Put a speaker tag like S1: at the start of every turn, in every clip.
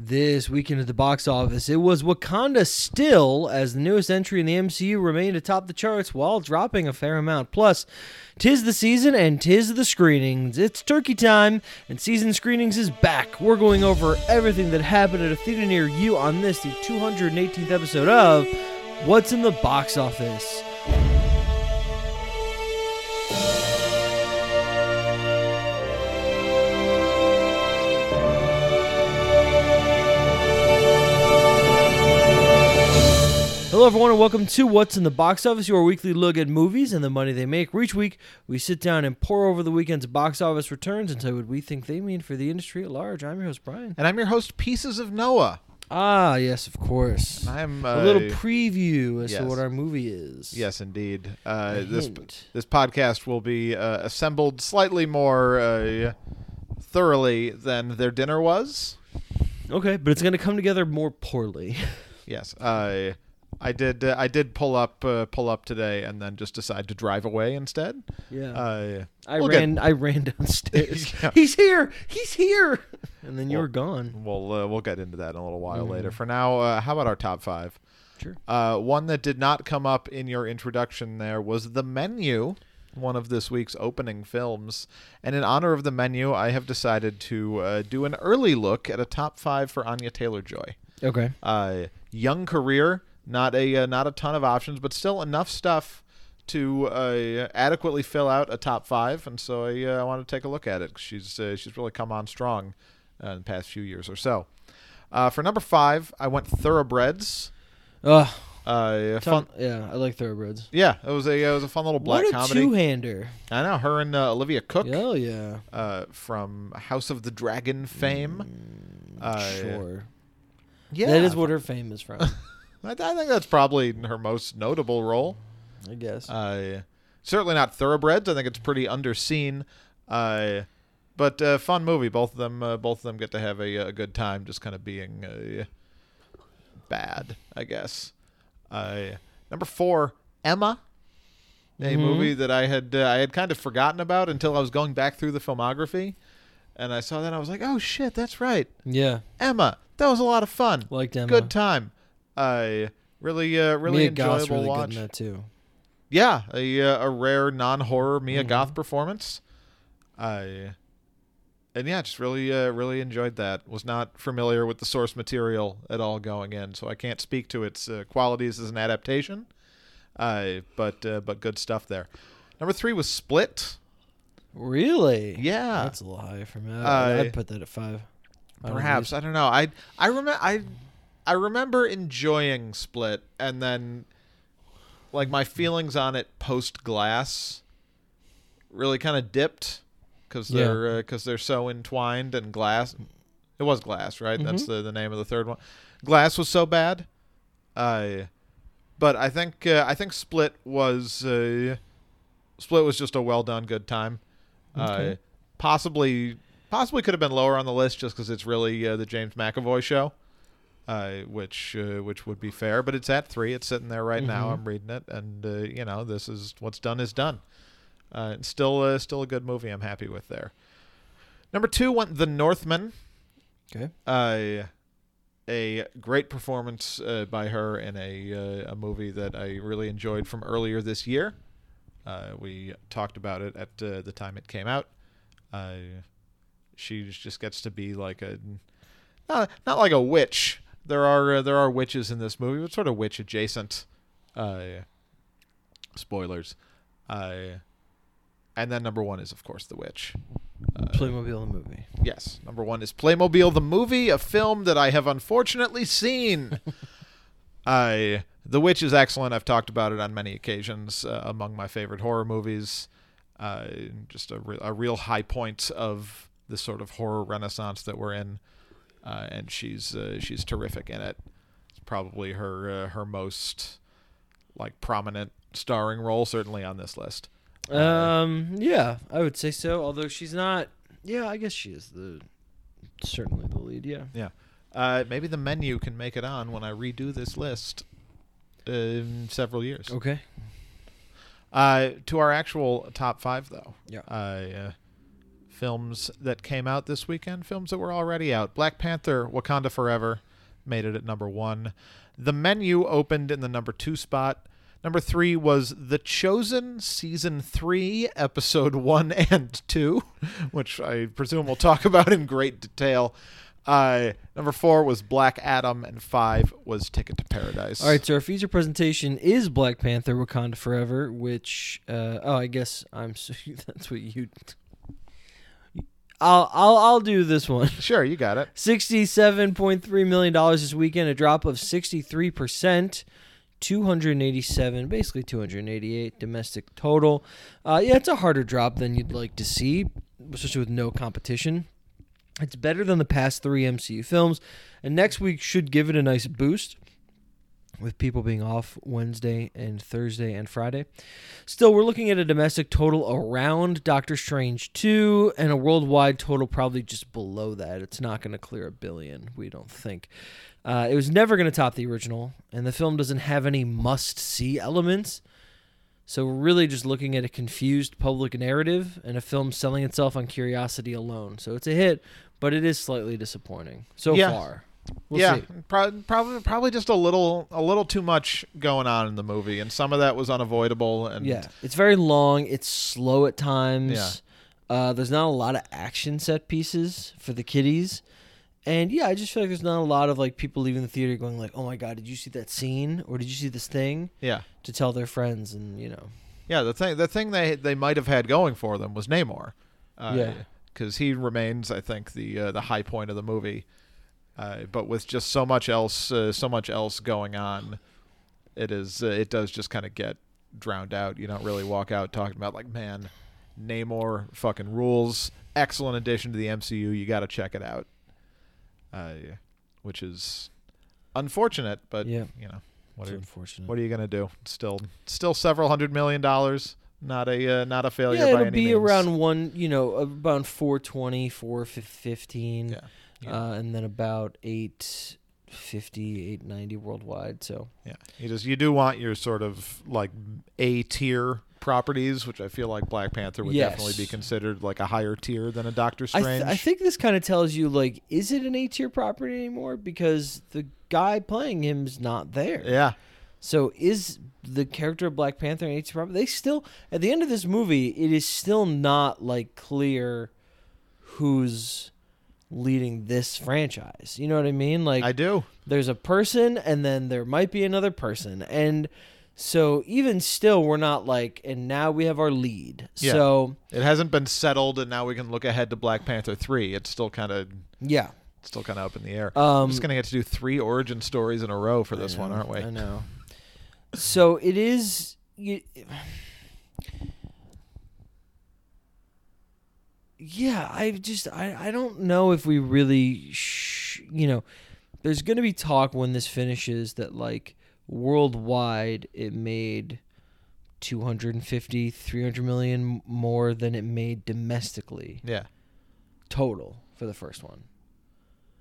S1: This weekend at the box office, it was Wakanda still as the newest entry in the MCU remained atop the charts while dropping a fair amount. Plus, tis the season and tis the screenings. It's turkey time, and season screenings is back. We're going over everything that happened at a theater near you on this, the 218th episode of What's in the Box Office. Hello, everyone, and welcome to What's in the Box Office, your weekly look at movies and the money they make. Where each week, we sit down and pour over the weekend's box office returns and tell you what we think they mean for the industry at large. I'm your host, Brian.
S2: And I'm your host, Pieces of Noah.
S1: Ah, yes, of course.
S2: I'm
S1: a little preview as to
S2: yes.
S1: what our movie is.
S2: yes, indeed.
S1: A
S2: Uh, this
S1: hint.
S2: this podcast will be uh, assembled slightly more uh, thoroughly than their dinner was.
S1: Okay, but it's going to come together more poorly.
S2: Yes, I I did uh, I did pull up uh, pull up today and then just decide to drive away instead.
S1: Yeah.
S2: Uh,
S1: I
S2: we'll get-
S1: ran. I ran downstairs.
S2: Yeah.
S1: He's here. He's here. And then you
S2: Well-
S1: were gone.
S2: We'll uh, we'll get into that in a little
S1: Hmm.
S2: while later. For now, uh, how about our top five?
S1: Sure.
S2: Uh, one that did not come up in your introduction there was the menu, one of this week's opening films. And in honor of the menu, I have decided to uh, do an early look at a top five for Anya Taylor Joy.
S1: Okay.
S2: Uh, young career, not a uh, not a ton of options, but still enough stuff to uh, adequately fill out a top five. And so I, uh, I want to take a look at it. She's uh, she's really come on strong uh, in the past few years or so. Uh, for number five, I went thoroughbreds.
S1: Ugh.
S2: Uh, fun,
S1: Tom- yeah, I like thoroughbreds.
S2: yeah, it was a it was a fun little black
S1: what a
S2: comedy.
S1: two-hander.
S2: I know her and uh, Olivia Cook
S1: Oh yeah.
S2: uh, from House of the Dragon fame. Uh,
S1: Mm, sure.
S2: Yeah,
S1: That is what her fame is from.
S2: I, I think that's probably her most notable role.
S1: I guess.
S2: Uh, certainly not thoroughbreds. I think it's pretty underseen. Uh, but uh, fun movie. Both of them. Uh, both of them get to have a, a good time, just kind of being uh, bad, I guess. Uh, number four, Emma. A
S1: Mhm.
S2: movie that I had uh, I had kind of forgotten about until I was going back through the filmography, and I saw that and I was like, oh shit, that's right,
S1: yeah.
S2: Emma. That was a lot of fun.
S1: Like Emma.
S2: Good time. Uh, really, uh, really
S1: Mia
S2: enjoyable
S1: Goth's really
S2: watch.
S1: good in that too.
S2: Yeah, a uh, a rare non-horror Mia
S1: Mhm.
S2: Goth performance. I and yeah, just really uh, really enjoyed that. Was not familiar with the source material at all going in, so I can't speak to its uh, qualities as an adaptation. Uh, but uh, but good stuff there. Number three was Split.
S1: Really?
S2: Yeah,
S1: That's a little high for me. I,
S2: Uh,
S1: I'd put that at five. I don't
S2: perhaps I don't know. I I remember I I remember enjoying Split, and then like my feelings on it post Glass really kind of dipped because
S1: Yeah.
S2: they're because they're so entwined and Glass. It was Glass, right? That's
S1: Mm-hmm.
S2: the the name of the third one. Glass was so bad. Uh, but I think uh, I think Split was uh, Split was just a well done good time. Uh,
S1: Okay.
S2: possibly possibly could have been lower on the list just because it's really uh, the James McAvoy show, uh, which uh, which would be fair. But it's at three. It's sitting there right now.
S1: Mhm.
S2: I'm reading it, and uh, you know this is what's done is done. Uh, it's still uh, still a good movie. I'm happy with there. Number two went The Northman
S1: Okay.
S2: uh, a great performance uh, by her in a uh, a movie that I really enjoyed from earlier this year. Uh, we talked about it at uh, the time it came out. Uh, she just gets to be like a not, not like a witch. There are uh, there are witches in this movie, but sort of witch adjacent. Uh, spoilers. Uh, and then number one is of course the witch. Uh,
S1: Playmobil the movie.
S2: Yes. Number one is Playmobil the movie, a film that I have unfortunately seen. I The Witch is excellent. I've talked about it on many occasions. Uh, among my favorite horror movies, uh, just a, re- a real high point of the sort of horror renaissance that we're in, uh, and she's uh, she's terrific in it. It's probably her uh, her most like prominent starring role, certainly on this list. Uh,
S1: Um, yeah, I would say so. Although she's not. Yeah, I guess she is the certainly the lead. Yeah.
S2: Uh, maybe the menu can make it on when I redo this list in several years.
S1: Okay.
S2: Uh, to our actual top five, though.
S1: Yeah.
S2: I, Uh, films that came out this weekend, films that were already out. Black Panther, Wakanda Forever made it at number one. The Menu opened in the number two spot. Number three was The Chosen, Season 3, Episode 1 and 2, which I presume we'll talk about in great detail. Uh, number four was Black Adam, and five was Ticket to Paradise.
S1: All right, so our feature presentation is Black Panther: Wakanda Forever, which uh, oh, I guess I'm s- that's what you. I'll I'll I'll do this one.
S2: Sure, you got it.
S1: Sixty-seven point three million dollars this weekend, a drop of sixty-three percent. 287, basically 288 domestic total. Uh, yeah, it's a harder drop than you'd like to see, especially with no competition. It's better than the past three MCU films, and next week should give it a nice boost with people being off Wednesday and Thursday and Friday. Still, we're looking at a domestic total around Doctor Strange 2 and a worldwide total probably just below that. It's not going to clear a billion, we don't think. Uh, it was never going to top the original, and the film doesn't have any must see elements. So we're really just looking at a confused public narrative and a film selling itself on curiosity alone. So it's a hit, but it is slightly disappointing so
S2: Yeah.
S1: far. We'll
S2: yeah,
S1: see.
S2: prob- probably probably just a little a little too much going on in the movie, and some of that was unavoidable. And
S1: Yeah, it's very long. It's slow at times.
S2: Yeah.
S1: Uh, there's not a lot of action set pieces for the kiddies, and yeah, I just feel like there's not a lot of like people leaving the theater going like, "Oh my god, did you see that scene? Or did you see this thing?"
S2: yeah,
S1: To tell their friends, and you know,
S2: yeah. The thing the thing they they might have had going for them was Namor. Uh,
S1: Yeah.
S2: because he remains, I think, the uh, the high point of the movie. Uh, but with just so much else, uh, so much else going on, it is uh, it does just kind of get drowned out. You don't really walk out talking about like, man, Namor fucking rules. Excellent addition to the MCU. You got to check it out. Uh, which is unfortunate, but
S1: Yeah.
S2: you know what
S1: it's
S2: are you,
S1: unfortunate.
S2: what are you gonna do? Still, still several hundred million dollars. Not a uh, not a failure.
S1: yeah,
S2: by
S1: it'll
S2: any
S1: be
S2: means.
S1: around one, you know, about 420, 415,
S2: Yeah. Yeah.
S1: Uh, and then about 850, 890 worldwide. So
S2: Yeah, you just you do want your sort of like A tier properties, which I feel like Black Panther would
S1: Yes.
S2: definitely be considered like a higher tier than a Doctor
S1: I,
S2: Strange.
S1: th- I think this kind of tells you like, is it an A tier property anymore? Because the guy playing him's not there.
S2: yeah,
S1: So is the character of Black Panther an A tier property? They still at the end of this movie, it is still not like clear who's leading this franchise. You know what I mean? Like
S2: I do.
S1: there's a person and then there might be another person and so even still we're not like and now we have our lead
S2: Yeah.
S1: so
S2: It hasn't been settled, and now we can look ahead to Black Panther three. It's still kind of
S1: yeah
S2: still kind of up in the air.
S1: um
S2: We're just gonna get to do three origin stories in a row for this
S1: I
S2: one,
S1: know,
S2: aren't we?
S1: i know so it is you, yeah i just I, I don't know if we really sh- you know there's gonna be talk when this finishes that like worldwide it made 250 300 million more than it made domestically
S2: Yeah,
S1: total for the first one.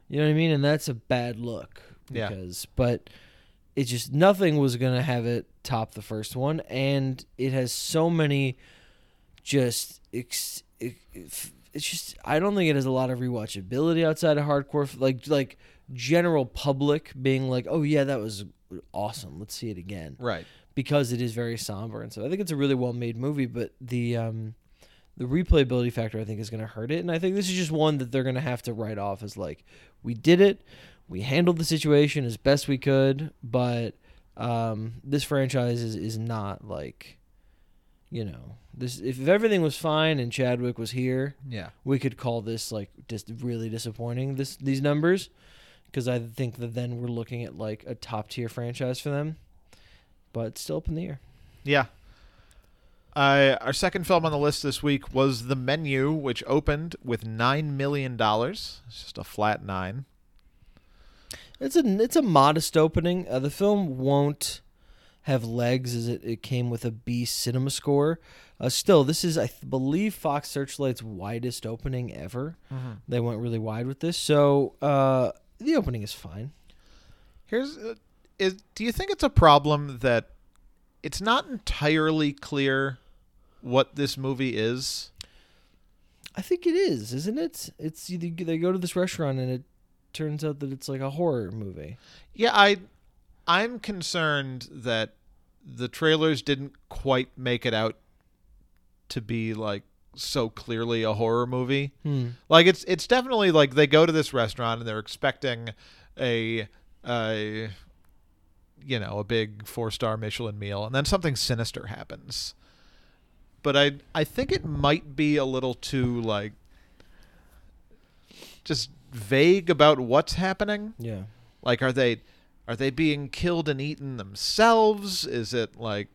S1: You know what I mean? And that's a bad look
S2: Yeah.
S1: because but it just nothing was going to have it top the first one and it has so many just ex, ex- it's just I don't think it has a lot of rewatchability outside of hardcore f- like like general public being like, "Oh yeah, that was awesome. Let's see it again."
S2: right.
S1: because it is very somber and so I think it's a really well made movie, but the um the replayability factor I think is going to hurt it, and I think this is just one that they're going to have to write off as like we did it, we handled the situation as best we could, but um this franchise is is not like you know this if, if everything was fine and Chadwick was here
S2: Yeah,
S1: we could call this like just really disappointing this these numbers because I think that then we're looking at like a top tier franchise for them, but it's still up in the air.
S2: yeah. Uh, our second film on the list this week was The Menu, which opened with nine million dollars. It's just a flat nine.
S1: It's a it's a modest opening. Uh, the film won't have legs as it, it came with a B cinema score. Uh, still, this is I th- believe Fox Searchlight's widest opening ever.
S2: Mm-hmm.
S1: They went really wide with this, so uh, the opening is fine.
S2: Here's uh, is do you think it's a problem that it's not entirely clear what this movie is?
S1: I think it is, isn't it? It's you- they go to this restaurant and it turns out that it's like a horror movie.
S2: Yeah, I I'm concerned that the trailers didn't quite make it out to be like so clearly a horror movie.
S1: Hmm.
S2: Like it's it's definitely like they go to this restaurant and they're expecting a a you know, a big four-star Michelin meal and then something sinister happens. But I I think it might be a little too like just vague about what's happening.
S1: Yeah.
S2: Like, are they are they being killed and eaten themselves? Is it like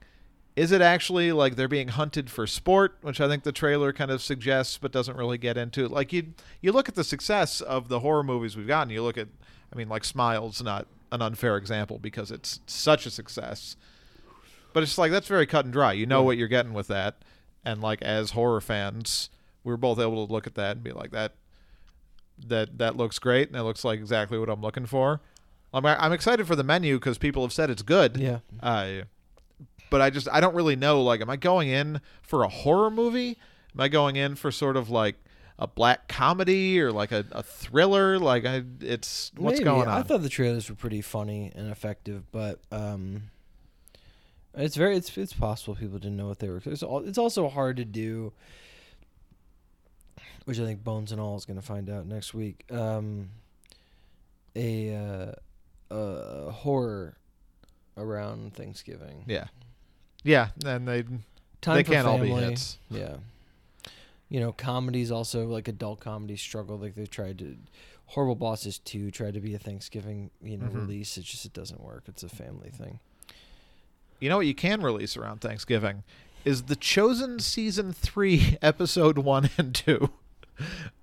S2: is it actually like they're being hunted for sport, which I think the trailer kind of suggests but doesn't really get into? Like you you look at the success of the horror movies we've gotten, you look at I mean like Smile's not an unfair example because it's such a success. But it's like that's very cut and dry. You know what you're getting with that. And like as horror fans, we were both able to look at that and be like that that that looks great and it looks like exactly what I'm looking for. I'm I'm excited for the menu because people have said it's good.
S1: Yeah.
S2: Uh, but I just I don't really know. Like, am I going in for a horror movie? Am I going in for sort of like a black comedy or like a, a thriller? Like, I it's what's
S1: Maybe.
S2: going on?
S1: I thought the trailers were pretty funny and effective, but um, it's very it's it's possible people didn't know what they were. It's, al- it's also hard to do, which I think Bones and All is going to find out next week. Um, a uh, uh, horror around Thanksgiving.
S2: yeah, yeah. And they
S1: Time
S2: they
S1: for
S2: can't all be
S1: family.
S2: hits.
S1: Yeah. You know, comedies also like adult comedies struggle. Like they tried to Horrible Bosses two tried to be a Thanksgiving, you know,
S2: Mhm.
S1: release. It just it doesn't work. It's a family thing.
S2: You know what you can release around Thanksgiving is the Chosen season three episode one and two.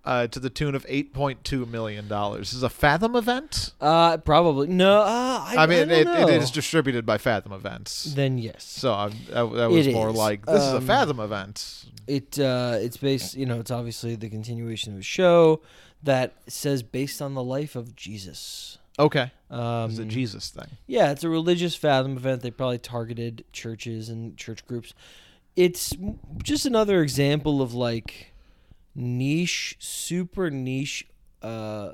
S2: Uh, to the tune of eight point two million dollars. This is a Fathom event.
S1: Uh probably. No, uh, I,
S2: I, mean,
S1: don't
S2: it,
S1: know.
S2: it is distributed by Fathom Events.
S1: then yes.
S2: So I'm, that, that was
S1: It
S2: more
S1: is.
S2: like this is a
S1: Um,
S2: Fathom event.
S1: It uh it's based you know, it's obviously the continuation of a show that says based on the life of Jesus.
S2: Okay,
S1: Um
S2: it's a Jesus thing.
S1: Yeah, it's a religious fathom event. They probably targeted churches and church groups. It's m- just another example of like niche, super niche uh,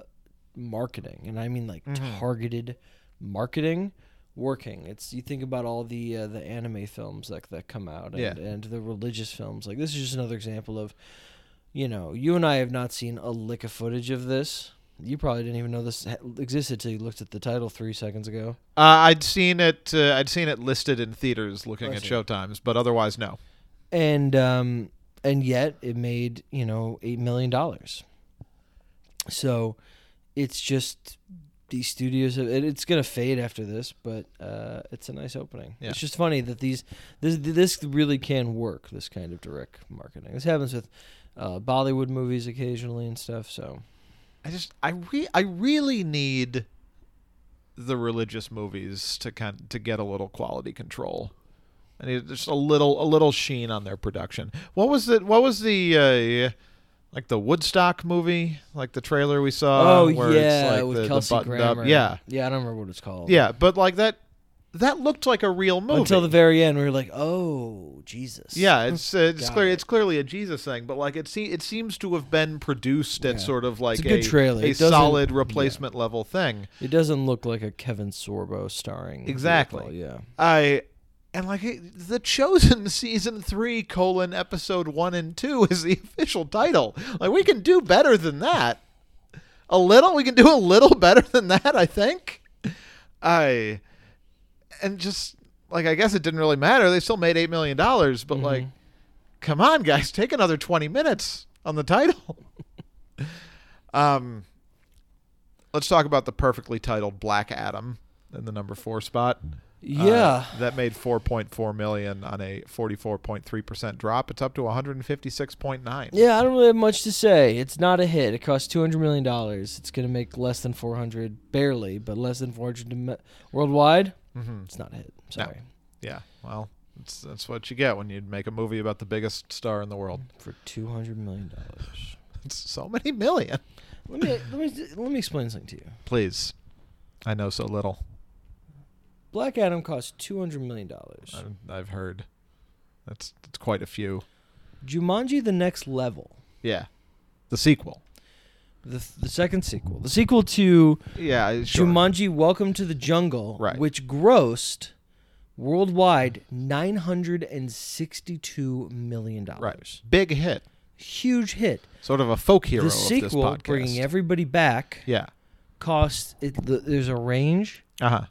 S1: marketing, and I mean like targeted marketing working. It's you think about all the uh, the anime films that that come out, and,
S2: Yeah.
S1: and the religious films. Like this is just another example of, you know, you and I have not seen a lick of footage of this. You probably didn't even know this ha- existed till you looked at the title three seconds ago.
S2: Uh, I'd seen it. Uh, I'd seen it listed in theaters, looking
S1: Oh, I
S2: at
S1: see.
S2: showtimes, but otherwise, no.
S1: and um, and yet it made you know eight million dollars. So it's just these studios. Have, and it's gonna fade after this, but uh, it's a nice opening.
S2: Yeah.
S1: It's just funny that these this this really can work. This kind of direct marketing. This happens with uh, Bollywood movies occasionally and stuff. So
S2: I just, I re- I really need the religious movies to kind to get a little quality control. I need just a little, a little sheen on their production. What was the, what was the, uh, like the Woodstock movie, like the trailer we saw?
S1: oh
S2: Uh, where
S1: yeah,
S2: it's like
S1: with
S2: the,
S1: Kelsey
S2: the buttoned
S1: Grammer.
S2: Up. Yeah,
S1: yeah. I don't remember what it's called.
S2: Yeah, but like that that looked like a real movie.
S1: Until the very end, we were like, "Oh Jesus!"
S2: yeah, it's uh, it's
S1: Got
S2: clear
S1: it.
S2: it's clearly a Jesus thing, but like it se- it seems to have been produced at
S1: Yeah.
S2: sort of like
S1: good trailer.
S2: a
S1: It doesn't-
S2: solid replacement level thing.
S1: It doesn't look like a Kevin Sorbo starring.
S2: Exactly. Uh,
S1: vehicle, Yeah.
S2: I and like it- the chosen season three colon episode one and two is the official title. Like we can do better than that. A little, we can do a little better than that. I think. I and just like I guess it didn't really matter. They still made eight million dollars, but like, come on, guys, take another twenty minutes on the title. um, let's talk about the perfectly titled Black Adam in the number four spot. Uh,
S1: Yeah.
S2: that made 4.4 million on a 44.3% drop. It's up to 156.9.
S1: yeah, I don't really have much to say. It's not a hit. It cost two hundred million dollars. It's gonna make less than four hundred, barely, but less than four hundred dom- worldwide.
S2: hmm
S1: It's not a hit. Sorry
S2: Yeah. Well, it's, that's what you get when you make a movie about the biggest star in the world.
S1: for two hundred million dollars.
S2: It's so many million.
S1: let me let me let me explain something to you.
S2: Please. I know so little.
S1: Black Adam cost two hundred million dollars.
S2: I've, I've heard. That's, that's quite a few.
S1: Jumanji: The Next Level
S2: Yeah. the sequel.
S1: The, the second sequel, the sequel to
S2: Yeah, I- sure.
S1: Jumanji: Welcome to the Jungle,
S2: Right.
S1: which grossed worldwide nine hundred and sixty-two million
S2: right,
S1: dollars.
S2: big hit,
S1: Huge hit.
S2: sort of a folk hero.
S1: the
S2: of this
S1: sequel,
S2: podcast.
S1: bringing everybody back,
S2: yeah,
S1: cost it, th- there's a range,
S2: uh huh,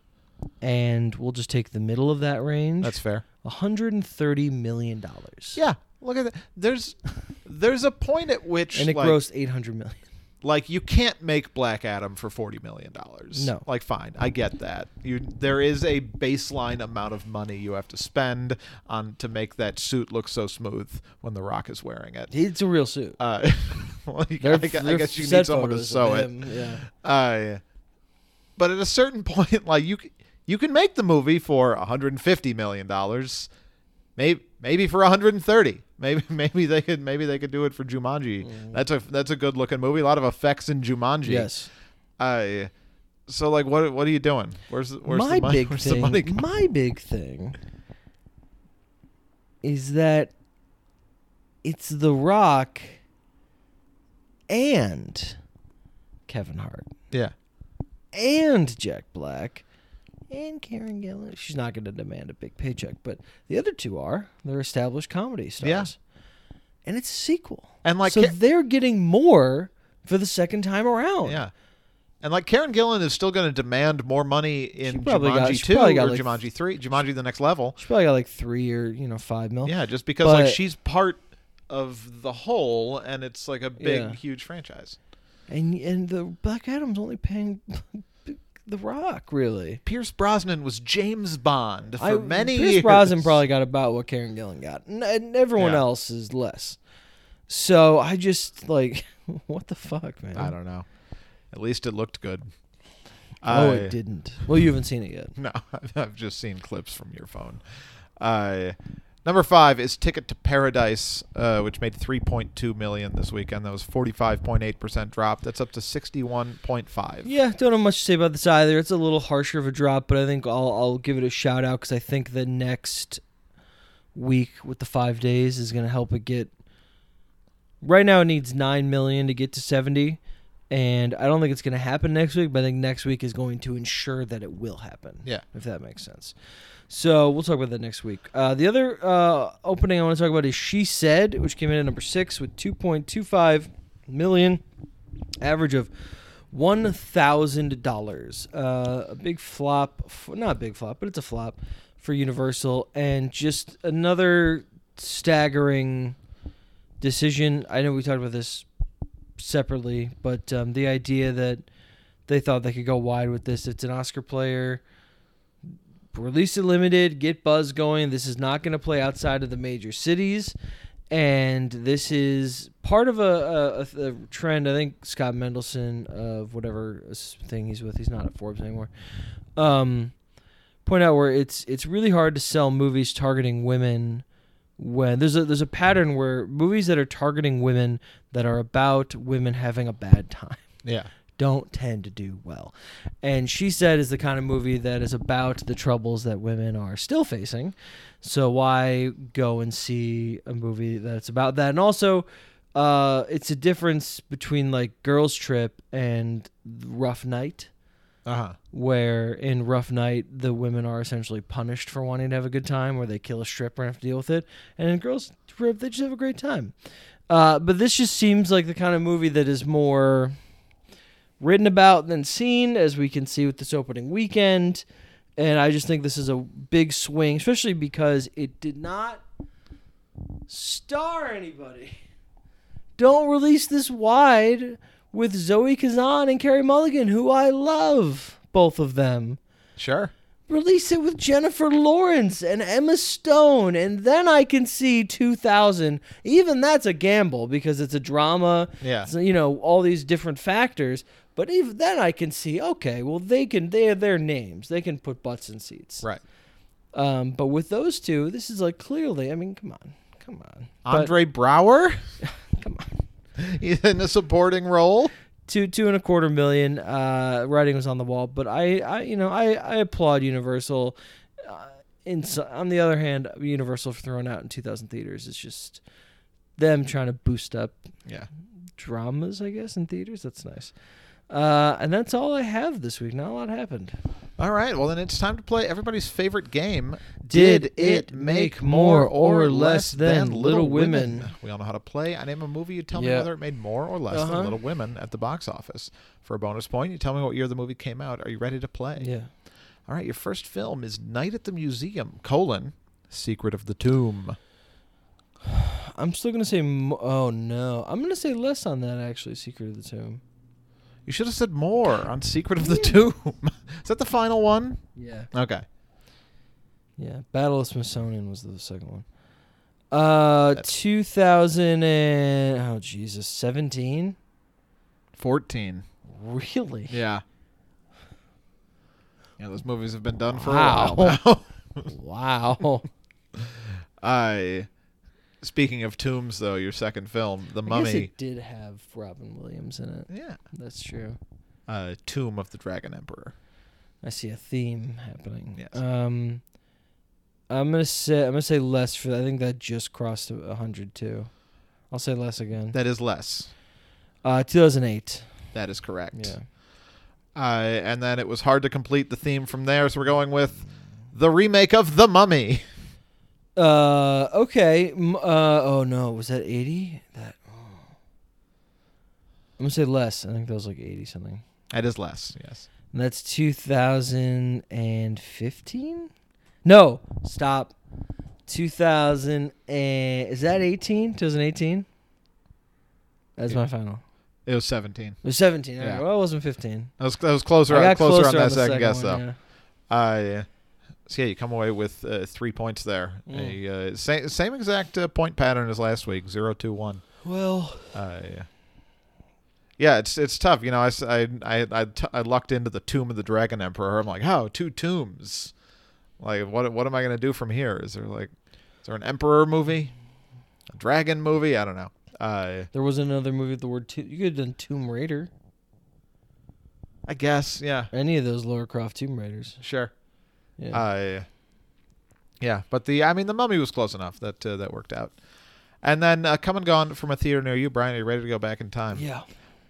S1: and we'll just take the middle of that range.
S2: that's fair.
S1: hundred and thirty million dollars.
S2: Yeah, look at that. There's there's a point at which
S1: and it
S2: like,
S1: grossed eight hundred million.
S2: like you can't make Black Adam for forty million dollars.
S1: No.
S2: like fine, I get that. You there is a baseline amount of money you have to spend on to make that suit look so smooth when The Rock is wearing it.
S1: It's a real suit.
S2: Uh, well, you- I, gu- I
S1: They're-
S2: guess you
S1: they're
S2: need someone to
S1: photos of
S2: sew it.
S1: him, Yeah.
S2: Uh, but at a certain point, like you, c- you can make the movie for 150 million dollars, maybe maybe for 130. Maybe maybe they could maybe they could do it for Jumanji. That's a that's a good looking movie. A lot of effects in Jumanji.
S1: Mm. Yes.
S2: Uh, so like what what are you doing? Where's the- where's
S1: my
S2: the money?
S1: big
S2: where's
S1: thing.
S2: the money? coming-
S1: my big thing is that it's The Rock and Kevin Hart
S2: Yeah.
S1: and Jack Black and Karen Gillan. She's not going to demand a big paycheck, but the other two are. They're established comedy stars.
S2: Yeah.
S1: And it's a sequel.
S2: And like
S1: so
S2: Ka-
S1: they're getting more for the second time around.
S2: Oh, Yeah. And like Karen Gillan is still going to demand more money in
S1: probably
S2: Jumanji
S1: got- she
S2: 2 or
S1: probably got, like,
S2: Jumanji 3, Jumanji the next level.
S1: She probably got like three or, you know, five mil.
S2: Yeah, just because
S1: But-
S2: like she's part of the whole and it's like a big
S1: Yeah.
S2: huge franchise.
S1: And and the Black Adam's only paying the Rock really.
S2: Pierce Brosnan was James Bond for
S1: I-
S2: many
S1: Pierce
S2: years.
S1: Brosnan probably got about what Karen Gillan got, and, and everyone
S2: Yeah.
S1: else is less. So I just like, what the fuck, man?
S2: I don't know. At least it looked good.
S1: Oh,
S2: I-
S1: it didn't. Well, you haven't seen it yet.
S2: No, I've just seen clips from your phone. Uh, number five is Ticket to Paradise, uh, which made 3.2 million this weekend. That was 45.8 percent drop. That's up to 61.5.
S1: Yeah, don't have much to say about this either. It's a little harsher of a drop, but I think I'll I'll give it a shout out because I think the next week with the five days is going to help it get. Right now, it needs nine million to get to seventy, and I don't think it's going to happen next week. But I think next week is going to ensure that it will happen.
S2: Yeah.
S1: if that makes sense. So we'll talk about that next week. Uh, the other uh, opening I want to talk about is She Said, which came in at number six with 2.25 million, average of $1,000. Uh, a big flop, f- not a big flop, but it's a flop for Universal, and just another staggering decision. I know we talked about this separately, but um, the idea that they thought they could go wide with this. It's an Oscar player. Release it limited, get buzz going. This is not going to play outside of the major cities. And this is part of a, a, a- a trend. I think Scott Mendelson of whatever s- thing he's with, he's not at Forbes anymore. Um, point out where it's it's really hard to sell movies targeting women when there's a there's a pattern where movies that are targeting women that are about women having a bad time
S2: Yeah.
S1: don't tend to do well. And she said is the kind of movie that is about the troubles that women are still facing. So why go and see a movie that's about that? And also, uh, it's a difference between like Girls Trip and Rough Night,
S2: Uh huh.
S1: where in Rough Night the women are essentially punished for wanting to have a good time, where they kill a stripper and have to deal with it. And in Girls Trip, they just have a great time. Uh, but this just seems like the kind of movie that is more written about than seen, as we can see with this opening weekend. And I just think this is a big swing, especially because it did not star anybody. Don't release this wide with Zoe Kazan and Carrie Mulligan, who I love, both of them.
S2: Sure.
S1: Release it with Jennifer Lawrence and Emma Stone, and then I can see 2000. Even that's a gamble because it's a drama
S2: Yeah.
S1: so, you know all these different factors but even then i can see okay well they can they're their names they can put butts in seats
S2: Right.
S1: um, but with those two this is like clearly i mean come on come on But-
S2: Andre Brower
S1: come on
S2: in a supporting role.
S1: two two and a quarter million uh writing was on the wall but i i you know i i applaud universal uh, in so, on the other hand universal for throwing out in 2000 theaters is just them trying to boost up
S2: Yeah.
S1: dramas, I guess, in theaters. That's nice. Uh, and that's all I have this week. Not a lot happened.
S2: All right. Well, then it's time to play everybody's favorite game.
S1: Did it make more or less than Little Women?
S2: We all know how to play. I name a movie. You tell me
S1: Yeah.
S2: whether it made more or less
S1: Uh-huh.
S2: than Little Women at the box office. For a bonus point, you tell me what year the movie came out. Are you ready to play?
S1: Yeah.
S2: All right. Your first film is Night at the Museum: colon, Secret of the Tomb.
S1: I'm still going to say, mo- oh no. I'm going to say less on that, actually, Secret of the Tomb.
S2: You should have said more on Secret of the Tomb. is that the final one?
S1: Yeah.
S2: Okay.
S1: Yeah. Battle of Smithsonian was the second one. Uh,
S2: That's-
S1: 2000 and, oh Jesus, 17?
S2: Fourteen.
S1: Really?
S2: Yeah. Yeah, those movies have been done for a
S1: Wow.
S2: while now.
S1: Wow.
S2: I. Speaking of tombs, though, your second film, The
S1: I guess
S2: Mummy.
S1: it did have Robin Williams in it.
S2: Yeah.
S1: That's true.
S2: Uh, Tomb of the Dragon Emperor.
S1: I see a theme happening.
S2: Yes.
S1: Um, I'm gonna say I'm gonna say less for. I think that just crossed a hundred too. I'll say less again.
S2: That is less.
S1: Uh, 2008.
S2: That is correct.
S1: Yeah.
S2: Uh, and then it was hard to complete the theme from there, so we're going with the remake of The Mummy.
S1: Uh, okay. M- uh, oh no, was that 80? That. Oh. I'm gonna say less. I think that was like 80 something.
S2: That is less. Yes.
S1: And that's 2015. No, stop. 2000 and is that 18? 2018. That's my final.
S2: It was 17.
S1: It was 17. all right.
S2: Yeah.
S1: Well, it wasn't 15.
S2: That was, that was closer,
S1: I got
S2: closer, on that
S1: the
S2: second, guess,
S1: one,
S2: though.
S1: yeah.
S2: Uh, so yeah, you come away with uh, three points there.
S1: Mm.
S2: A, uh, same same exact uh, point pattern as last week. Zero two one.
S1: Well,
S2: Uh, yeah, it's it's tough. You know, I s- I I- I t- I lucked into the tomb of the dragon emperor. I'm like, oh, two tombs. Like, what what am I gonna do from here? Is there like, is there an emperor movie, a dragon movie? I don't know. Uh,
S1: there was another movie with the word tomb. You could have done Tomb Raider.
S2: I guess, yeah,
S1: Any of those Laura Croft Tomb Raiders.
S2: sure.
S1: Yeah.
S2: Uh, yeah, but the I mean the mummy was close enough that uh, that worked out. And then uh, come and gone from a theater near you, Brian. Are you ready to go back in time?
S1: yeah.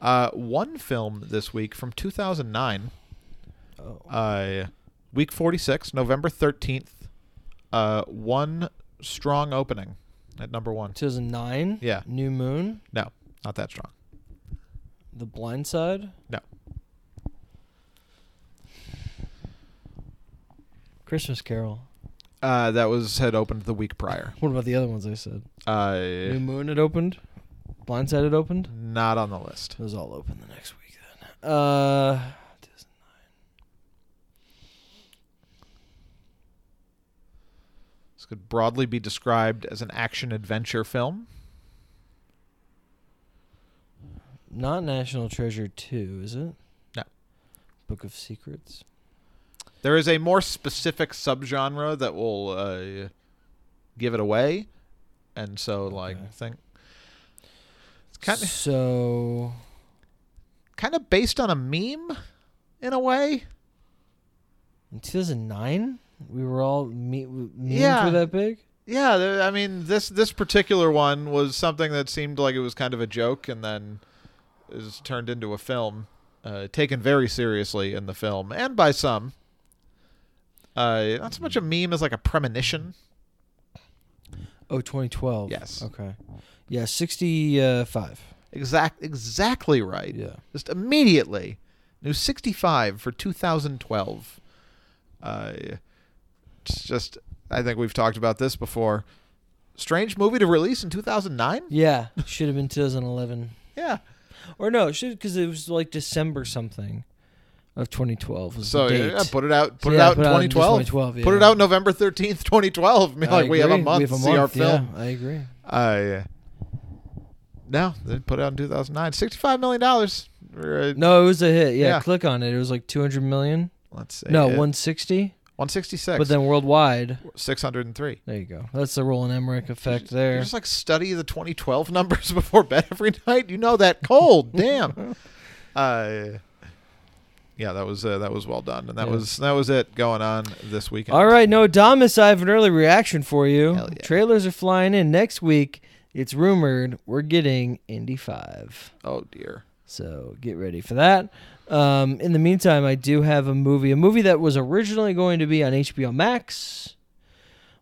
S2: Uh, one film this week from 2009,
S1: Oh.
S2: uh, week 46, November 13th. Uh, one strong opening at number one.
S1: 2009.
S2: Yeah.
S1: New Moon.
S2: No, not that strong.
S1: The Blind Side.
S2: No.
S1: Christmas Carol.
S2: Uh, that was had opened the week prior.
S1: What about the other ones I said? New
S2: Uh,
S1: Moon had opened. Blind Side had opened.
S2: not on the list.
S1: It was all open the next week then. Uh, 2009.
S2: This could broadly be described as an action adventure film.
S1: Not National Treasure 2, is it?
S2: No.
S1: Book of Secrets.
S2: There is a more specific subgenre that will uh, give it away, and so like
S1: Okay.
S2: think it's kind of
S1: so
S2: kind of based on a meme in a way.
S1: in 2009, we were all me- memes
S2: Yeah.
S1: were that big.
S2: Yeah, there- I mean this this particular one was something that seemed like it was kind of a joke, and then is turned into a film, uh, taken very seriously in the film and by some. Uh, not so much a meme as like a premonition.
S1: Oh, 2012.
S2: Yes.
S1: Okay. Yeah, 65.
S2: Exact, exactly right.
S1: Yeah.
S2: just immediately. New 65 for 2012. Uh, it's just, I think we've talked about this before. Strange movie to release in 2009?
S1: Yeah, should have been 2011.
S2: Yeah.
S1: Or no, it should because it was like December something of 2012 was
S2: So
S1: the date.
S2: yeah, put it out. Put
S1: So,
S2: it
S1: yeah,
S2: out in
S1: put it out in
S2: 2012.
S1: 2012,
S2: Put it
S1: yeah.
S2: out November 13th, 2012. I mean,
S1: I
S2: like we have a
S1: agree.
S2: month to see our
S1: yeah,
S2: film.
S1: I agree.
S2: Uh, no, they put it out in 2009. 65 million dollars.
S1: No, it was a hit. Yeah,
S2: Yeah.
S1: click on it. It was like 200 million.
S2: Let's see. uh,
S1: No,
S2: it.
S1: 160.
S2: 166.
S1: But then worldwide,
S2: 603.
S1: there you go. That's the Roland Emmerich effect
S2: You
S1: there.
S2: just like study the 2012 numbers before bed every night. You know that cold. Damn. Uh, yeah, that was uh, that was well done, and that
S1: Yeah.
S2: was that was it going on this weekend.
S1: All right, no, Domus, I have an early reaction for you.
S2: Hell yeah.
S1: Trailers are flying in next week. it's rumored we're getting Indy 5.
S2: Oh dear.
S1: So get ready for that. Um, in the meantime, I do have a movie, a movie that was originally going to be on HBO Max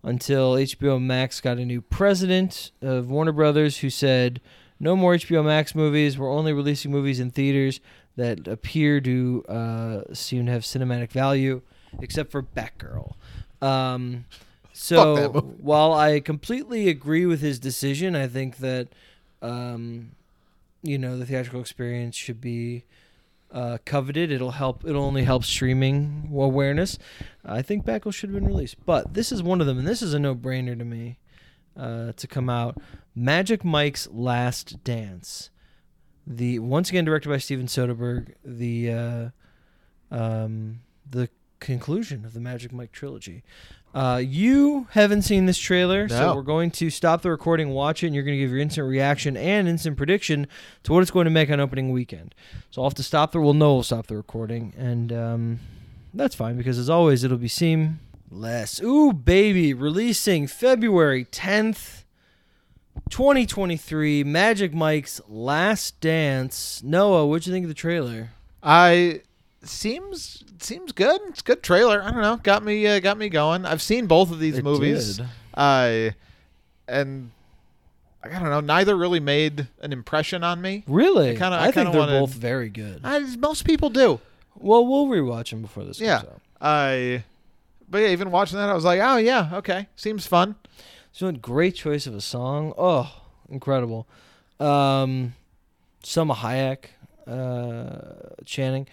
S1: until HBO Max got a new president of Warner Brothers who said, no more HBO Max movies. We're only releasing movies in theaters that appear to uh, soon have cinematic value, except for Batgirl. Um, so
S2: that movie.
S1: while I completely agree with his decision, I think that um, you know the theatrical experience should be uh, coveted. It'll help. It'll only help streaming awareness. I think Batgirl should have been released, but this is one of them, and this is a no-brainer to me uh, to come out. Magic Mike's Last Dance, the once again directed by Steven Soderbergh, the uh, um, the conclusion of the Magic Mike trilogy. Uh, you haven't seen this trailer, so
S2: No.
S1: we're going to stop the recording, watch it, and you're going to give your instant reaction and instant prediction to what it's going to make on opening weekend. So I'll have to stop the. We'll know we'll stop the recording, and um, that's fine because as always, it'll be seen less. Ooh, baby, releasing February 10th, 2023. Magic Mike's Last Dance. Noah, what'd you think of the trailer?
S2: I seems seems good. It's a good trailer. I don't know. Got me uh, got me going. I've seen both of these
S1: It
S2: movies.
S1: did.
S2: Uh, and I don't know. Neither really made an impression on me.
S1: Really?
S2: I kinda- I
S1: I, think
S2: kinda
S1: they're
S2: wanted-
S1: both very good.
S2: I, most people do.
S1: well, we'll rewatch them before this
S2: Yeah.
S1: comes out.
S2: I. But yeah, even watching that, I was like, oh yeah, okay, seems fun.
S1: So a great choice of a song. Oh, incredible. Um, Selma Hayek, uh, Channing.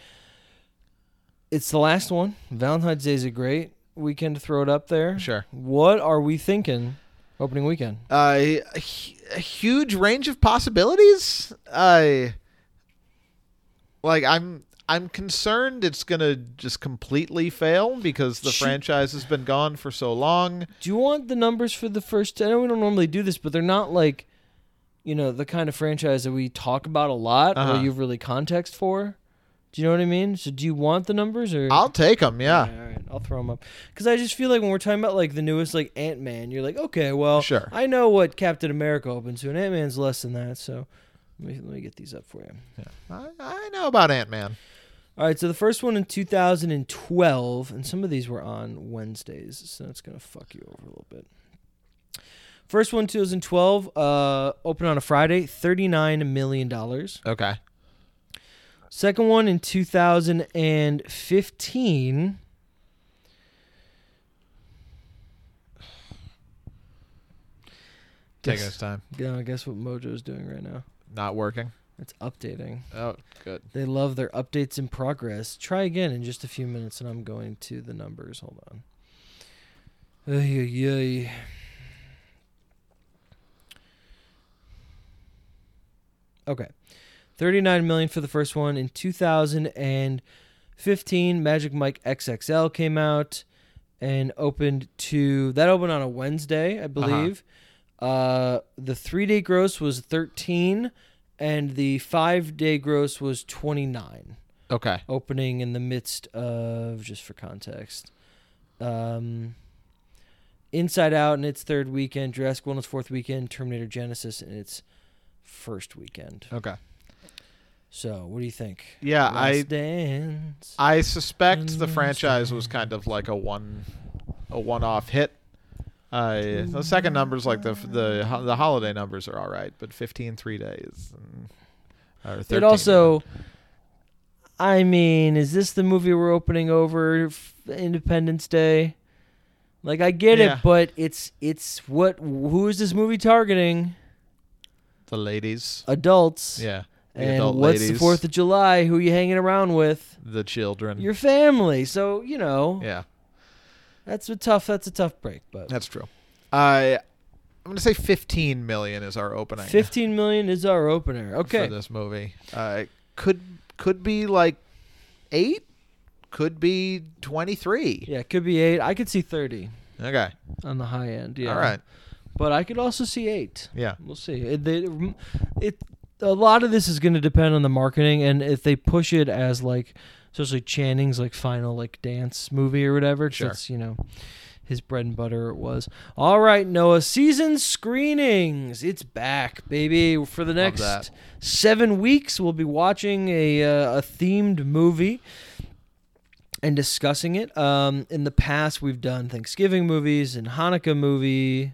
S1: It's the last one. Valentine's Day is a great weekend to throw it up there.
S2: Sure.
S1: What are we thinking opening weekend?
S2: Uh, a, hu- a huge range of possibilities. I. like I'm. I'm concerned it's gonna just completely fail because the
S1: Sh-
S2: franchise has been gone for so long.
S1: Do you want the numbers for the first? I know we don't normally do this, but they're not like, you know, the kind of franchise that we talk about a lot
S2: Uh-huh.
S1: or you have really context for. Do you know what I mean? So do you want the numbers or?
S2: I'll take them.
S1: All
S2: Yeah.
S1: right, all right. I'll throw them up because I just feel like when we're talking about like the newest like Ant Man, you're like, okay, well,
S2: Sure.
S1: I know what Captain America opens to, and Ant Man's less than that. So let me let me get these up for you.
S2: I, I know about Ant Man.
S1: All right, so the first one in 2012, and some of these were on Wednesdays, so that's gonna fuck you over a little bit. First one 2012, uh, open on a Friday, 39 million dollars.
S2: Okay.
S1: Second one in 2015.
S2: Taking
S1: Guess-
S2: his time.
S1: Yeah, guess what Mojo's doing right now?
S2: Not working.
S1: It's updating.
S2: Oh, good.
S1: They love their updates in progress. Try again in just a few minutes, and I'm going to the numbers. Hold on. Ay, ay, ay. Okay, 39 million for the first one in 2015. Magic Mike XXL came out and opened to that opened on a Wednesday, I believe. Uh, the three day gross was 13, and the five day gross was 29
S2: Okay.
S1: opening in the midst of just for context um inside out in its third weekend jurassic world in its fourth weekend terminator genesis in its first weekend
S2: Okay.
S1: so what do you think
S2: Yeah, I
S1: Last dance
S2: I suspect the
S1: Mm,
S2: franchise was kind of like a one a one off hit. Uh, the second numbers like the the ho- the holiday numbers are all right, but 15 three days. And, or 13,
S1: it also i mean is this the movie we're opening over f- independence day like i get
S2: Yeah.
S1: it but it's it's what who is this movie targeting
S2: the ladies.
S1: adults
S2: Yeah. The
S1: And
S2: adult
S1: what's
S2: ladies,
S1: the Fourth of July? Who you hanging around with?
S2: the children.
S1: Your family. So you know
S2: yeah.
S1: that's a tough. That's a tough break. But
S2: That's true. I I'm going to say 15 million is our opening.
S1: fifteen million is our opener. Okay.
S2: for this movie. Uh, could could be like eight, could be twenty three.
S1: Yeah, it could be eight. I could see thirty
S2: Okay,
S1: on the high end. Yeah.
S2: all right,
S1: But I could also see eight.
S2: yeah,
S1: We'll see. It, they, it a lot of this is going to depend on the marketing and if they push it as like especially Channing's like final like dance movie or whatever. 'cause
S2: Sure.
S1: It's you know his bread and butter was. All right, Noah, season screenings. It's back, baby. For the
S2: that.
S1: next seven weeks, we'll be watching a, uh, a themed movie and discussing it. Um, in the past, we've done Thanksgiving movies and Hanukkah movie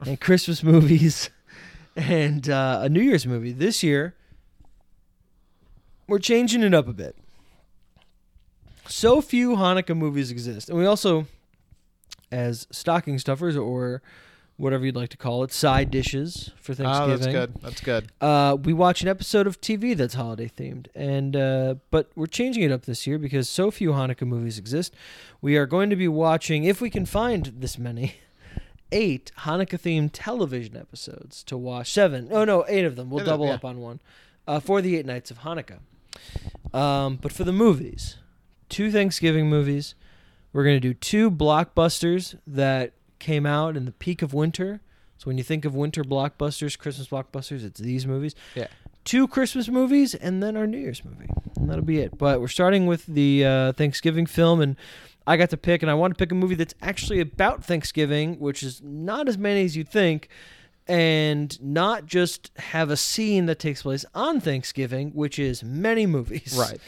S1: and Christmas movies and uh, a New Year's movie. This year, we're changing it up a bit. So few Hanukkah movies exist, and we also, as stocking stuffers or whatever you'd like to call it, side dishes for
S2: Oh,
S1: Thanksgiving
S2: that's good. That's good.
S1: uh, we watch an episode of TV that's holiday themed, and uh, but we're changing it up this year because so few Hanukkah movies exist. We are going to be watching, if we can find this many, eight Hanukkah themed television episodes to watch. Seven, oh no, eight of them. We'll
S2: Eight of them,
S1: double
S2: yeah.
S1: up on one uh, for the eight nights of Hanukkah. Um, but for the movies, two Thanksgiving movies. We're going to do two blockbusters that came out in the peak of winter. So when you think of winter blockbusters, Christmas blockbusters, it's these movies.
S2: Yeah.
S1: Two Christmas movies and then our New Year's movie. And that'll be it. But we're starting with the uh, Thanksgiving film and I got to pick and I want to pick a movie that's actually about Thanksgiving, which is not as many as you'd think. And not just have a scene that takes place on Thanksgiving, which is many movies.
S2: Right.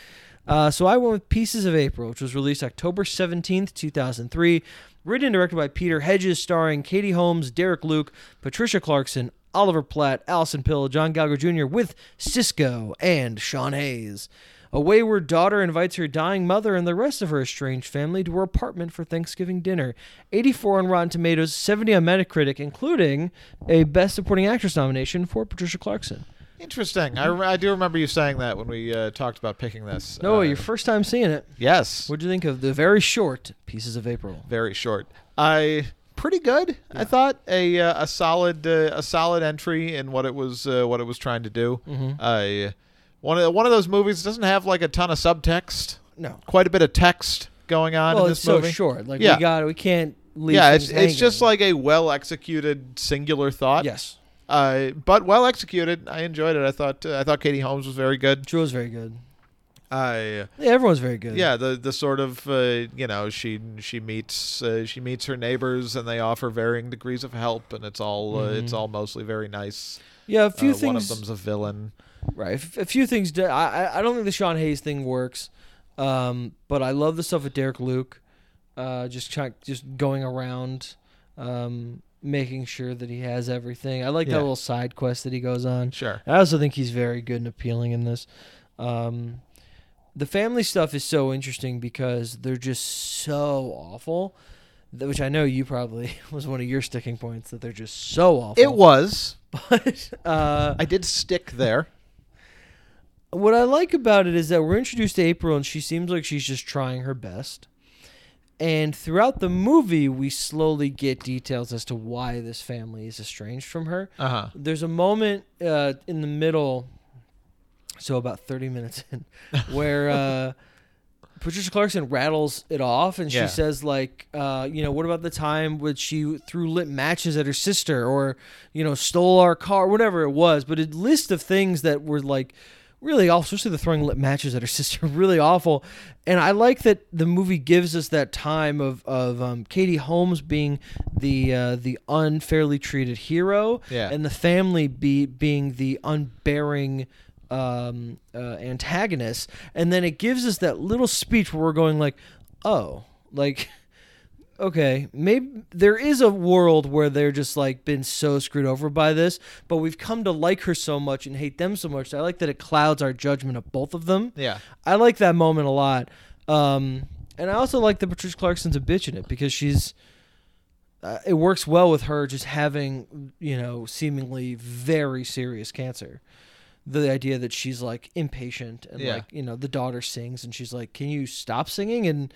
S1: Uh, so I went with Pieces of April, which was released October 17th, 2003. Written and directed by Peter Hedges, starring Katie Holmes, Derek Luke, Patricia Clarkson, Oliver Platt, Allison Pill, John Gallagher Jr., with Cisco and Sean Hayes. A wayward daughter invites her dying mother and the rest of her estranged family to her apartment for Thanksgiving dinner. 84 on Rotten Tomatoes, 70 on Metacritic, including a Best Supporting Actress nomination for Patricia Clarkson.
S2: Interesting. I, re- I do remember you saying that when we uh, talked about picking this.
S1: Noah,
S2: Uh,
S1: your first time seeing it.
S2: yes.
S1: What'd you think of the very short Pieces of April?
S2: very short. I pretty good. I thought a uh, a solid uh, a solid entry in what it was uh, what it was trying to do.
S1: Mm-hmm.
S2: I one of one of those movies doesn't have like a ton of subtext.
S1: No.
S2: Quite a bit of text going on
S1: Well,
S2: in
S1: it's
S2: this
S1: so
S2: movie.
S1: short. Like
S2: Yeah.
S1: we got, we can't leave.
S2: yeah, it's
S1: things
S2: it's just
S1: hanging.
S2: like a well executed singular thought.
S1: yes.
S2: Uh, but well executed. I enjoyed it. I thought uh, I thought Katie Holmes was very good.
S1: Drew was very good.
S2: I
S1: Yeah, everyone's very good.
S2: yeah the the sort of uh, you know she she meets uh, she meets her neighbors and they offer varying degrees of help and it's all uh, it's all mostly very nice
S1: yeah. A few
S2: uh, one of
S1: things,
S2: them's a villain
S1: right? f- A few things. d I I I don't think the Sean Hayes thing works, um, but I love the stuff with Derek Luke, uh, just try, just going around, um, making sure that he has everything. I like
S2: Yeah.
S1: that little side quest that he goes on.
S2: sure
S1: I also think he's very good and appealing in this. Um, the family stuff is so interesting because they're just so awful, th- which I know you probably was one of your sticking points that they're just so awful.
S2: it was
S1: but uh,
S2: i did stick there
S1: what I like about it is that we're introduced to April and she seems like she's just trying her best. And throughout the movie, we slowly get details as to why this family is estranged from her.
S2: uh-huh
S1: There's a moment uh, in the middle, so about 30 minutes in, where uh, Patricia Clarkson rattles it off and
S2: Yeah.
S1: she says, like, uh, you know, what about the time when she threw lit matches at her sister or, you know, stole our car, whatever it was. But a list of things that were like, Really awful, especially the throwing lit matches at her sister. Really awful, and I like that the movie gives us that time of of um, Katie Holmes being the uh, the unfairly treated hero,
S2: Yeah.
S1: and the family be being the unbearing um, uh, antagonist, and then it gives us that little speech where we're going like, oh, like. Okay, maybe there is a world where they're just like been so screwed over by this, but we've come to like her so much and hate them so much. I like that it clouds our judgment of both of them.
S2: yeah
S1: I like that moment a lot. Um, and I also like that Patricia Clarkson's a bitch in it because she's. Uh, it works well with her just having, you know, seemingly very serious cancer. The idea that she's like impatient and
S2: Yeah.
S1: like, you know, the daughter sings and she's like, can you stop singing? And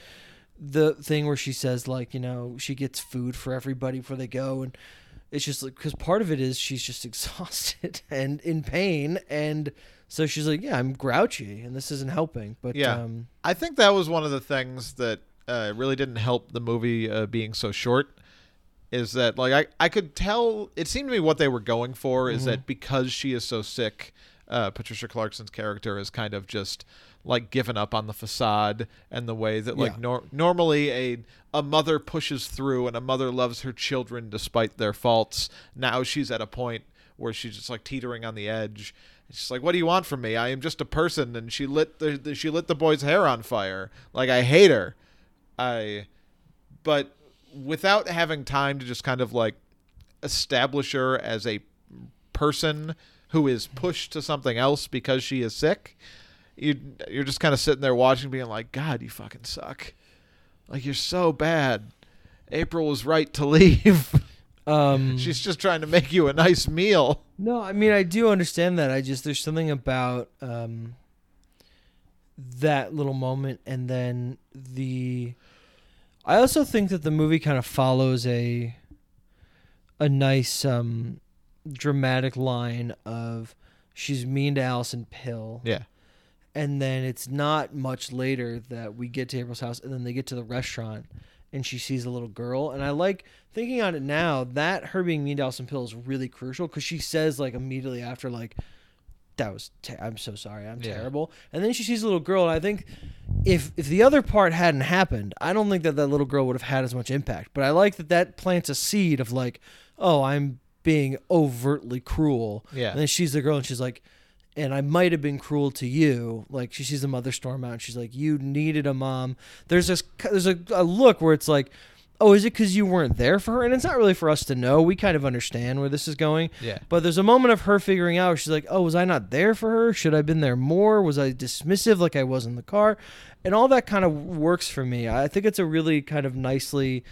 S1: the thing where she says, like, you know, she gets food for everybody before they go. And it's just like, because part of it is she's just exhausted and in pain. And so she's like, yeah, I'm grouchy and this isn't helping. But
S2: Yeah.
S1: um,
S2: I think that was one of the things that uh, really didn't help the movie uh, being so short. Is that like I, I could tell it seemed to me what they were going for is that because she is so sick, uh, Patricia Clarkson's character is kind of just like given up on the facade and the way that like
S1: Yeah.
S2: nor- normally a a mother pushes through and a mother loves her children despite their faults. Now she's at a point where she's just like teetering on the edge. She's like, "What do you want from me? I am just a person." And she lit the, the she lit the boy's hair on fire. Like I hate her. I but without having time to just kind of like establish her as a person who is pushed to something else because she is sick, you you're just kind of sitting there watching, being like, God, you fucking suck. Like you're so bad. April was right to leave.
S1: Um,
S2: She's just trying to make you a nice meal.
S1: No, I mean I do understand that. I just there's something about um that little moment and then the I also think that the movie kind of follows a a nice um dramatic line of she's mean to Allison Pill
S2: Yeah.
S1: and then it's not much later that we get to April's house and then they get to the restaurant and she sees a little girl and I like thinking on it now that her being mean to Allison Pill is really crucial because she says like immediately after like that was te- I'm so sorry I'm
S2: Yeah.
S1: terrible and then she sees a little girl and I think if if the other part hadn't happened I don't think that that little girl would have had as much impact but I like that that plants a seed of like oh I'm being overtly cruel
S2: Yeah.
S1: and then she's the girl and she's like and I might have been cruel to you. Like she sees the mother storm out, and she's like, "You needed a mom." There's this, there's a, a look where it's like, "Oh, is it because you weren't there for her?" And it's not really for us to know. We kind of understand where this is going,
S2: Yeah.
S1: but there's a moment of her figuring out. Where she's like, "Oh, was I not there for her? Should I have been there more? Was I dismissive, like I was in the car?" And all that kind of works for me. I think it's a really kind of nicely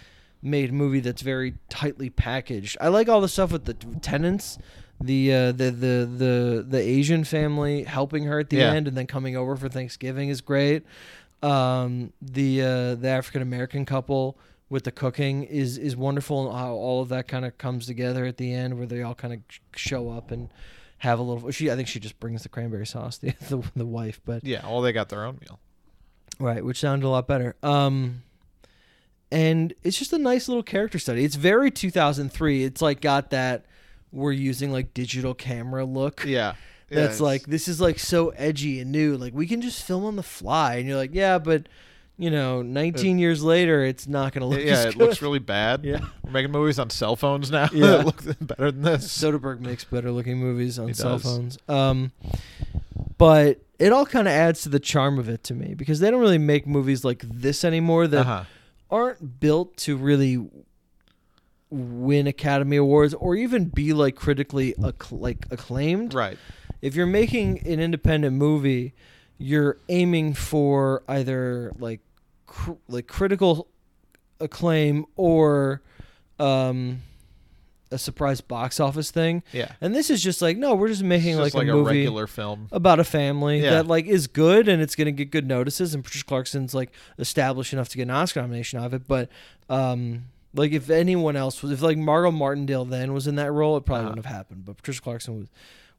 S1: made movie that's very tightly packaged. I like all the stuff with the t- tenants, the uh, the the the the Asian family helping her at the
S2: Yeah.
S1: end and then coming over for Thanksgiving is great. Um, the uh, the African American couple with the cooking is is wonderful and how all of that kind of comes together at the end where they all kind of show up and have a little she I think she just brings the cranberry sauce the the, the wife but
S2: Yeah. Well, they got their own meal.
S1: Right, which sounded a lot better. Um, and it's just a nice little character study. It's very 2003. It's like got that we're using like digital camera look.
S2: Yeah. Yeah,
S1: That's
S2: it's-
S1: like this is like so edgy and new. Like we can just film on the fly, and you're like, yeah, but you know, 19 years later, it's not gonna look.
S2: yeah,
S1: as
S2: it
S1: good.
S2: looks really bad.
S1: Yeah.
S2: We're making movies on cell phones now
S1: Yeah.
S2: that look better than this.
S1: Soderbergh makes better looking movies on
S2: He
S1: cell
S2: does.
S1: phones. Um, but it all kind of adds to the charm of it to me because they don't really make movies like this anymore. That
S2: uh-huh.
S1: aren't built to really win Academy Awards or even be like critically acc- like acclaimed.
S2: Right.
S1: If you're making an independent movie, you're aiming for either like cr- like critical acclaim or um, a surprise box office thing.
S2: Yeah.
S1: And this is just like no, we're just making
S2: It's
S1: like,
S2: just like,
S1: a
S2: a,
S1: movie
S2: regular film.
S1: about a family
S2: Yeah.
S1: that like is good and it's gonna get good notices and Patricia Clarkson's like established enough to get an Oscar nomination out of it. But um like if anyone else was if like Margot Martindale then was in that role, it probably
S2: Uh-huh.
S1: wouldn't have happened. But Patricia Clarkson was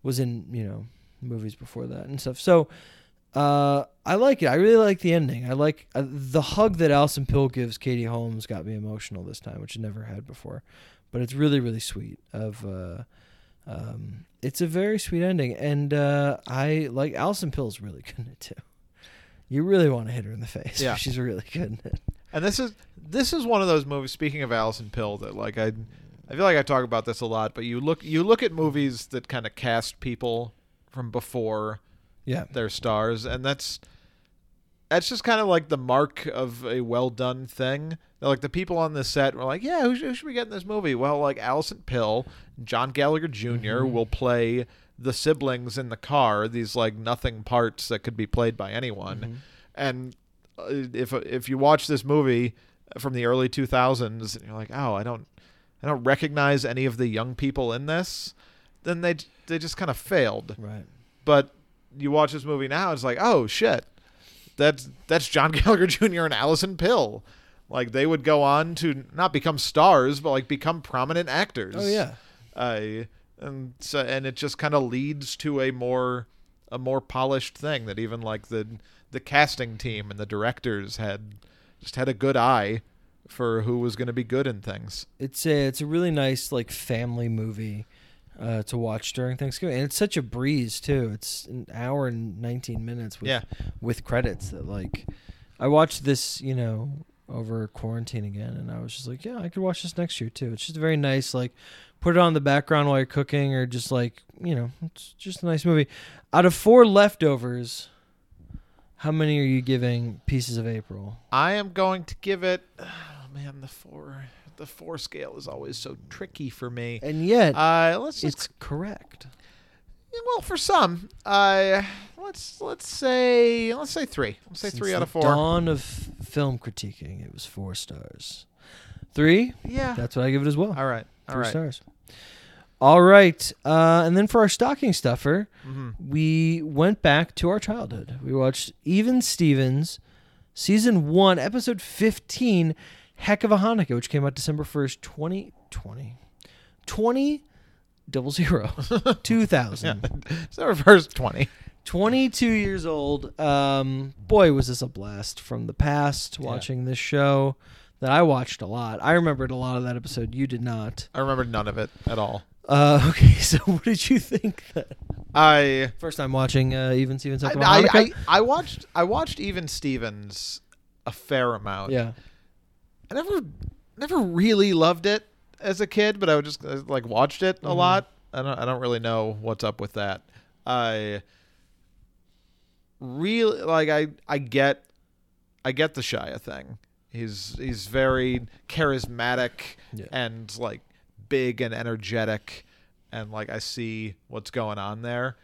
S1: was in, you know, movies before that and stuff. So uh I like it. I really like the ending. I like uh, the hug that Alison Pill gives Katie Holmes got me emotional this time, which I never had before. But it's really, really sweet of uh um, it's a very sweet ending, and uh, I like Alison Pill's really good in it too. You really want to hit her in the face.
S2: Yeah.
S1: she's really good in it.
S2: And this is this is one of those movies. Speaking of Allison Pill, that like I, I feel like I talk about this a lot. But you look you look at movies that kind of cast people from before
S1: Yeah,
S2: their stars, and that's that's just kind of like the mark of a well done thing. They're like the people on the set were like, yeah, who, sh- who should we get in this movie? Well, like Allison Pill, John Gallagher junior will play the siblings in the car. These like nothing parts that could be played by anyone. And uh, if if you watch this movie from the early two thousands, and you're like, oh, I don't, I don't recognize any of the young people in this, then they j- they just kind of failed
S1: right.
S2: but you watch this movie now, it's like, oh shit, that's that's John Gallagher Jr. and Allison Pill. Like they would go on to not become stars, but like become prominent actors.
S1: Oh yeah,
S2: Uh, and so and it just kind of leads to a more a more polished thing that even like the the casting team and the directors had just had a good eye for who was going to be good in things.
S1: it's a it's a really nice like family movie uh, to watch during Thanksgiving, and it's such a breeze too. It's an hour and nineteen minutes with
S2: Yeah.
S1: with credits that like I watched this, you know, over quarantine again, and I was just like, yeah, I could watch this next year too. It's just very nice, like put it on the background while you're cooking, or just like you know, it's just a nice movie. Out of four leftovers, how many are you giving Pieces of April?
S2: I am going to give it. Oh man, the four the four scale is always so tricky for me.
S1: And yet,
S2: Uh, let's just
S1: it's correct.
S2: well for some. Uh, let's let's say let's say three. Let's say
S1: Since
S2: three out
S1: the
S2: of four.
S1: Dawn of film critiquing, it was four stars. Three.
S2: Yeah.
S1: That's what I give it as well.
S2: all right. All
S1: Three
S2: right.
S1: stars. All right. Uh, and then for our stocking stuffer,
S2: Mm-hmm.
S1: we went back to our childhood. We watched Even Stevens, season one, episode 15, Heck of a Hanukkah, which came out December 1st, 2020. 20 double zero 2000
S2: It's the reverse twenty.
S1: 22 years old. Um, boy, was this a blast from the past
S2: Yeah.
S1: watching this show that I watched a lot. I remembered a lot of that episode. You did not.
S2: I remember none of it at all.
S1: Uh, okay, so what did you think? That
S2: I
S1: first time watching uh, Even Stevens.
S2: I,
S1: Heck of a
S2: I, I
S1: Hanukkah?
S2: I watched I watched even Stevens a fair amount.
S1: yeah,
S2: I never never really loved it as a kid, but I would just uh, like watched it a
S1: Mhm.
S2: lot. I don't I don't really know what's up with that. I really like I I get I get the Shia thing. He's he's very charismatic
S1: Yeah.
S2: and like big and energetic and like I see what's going on there.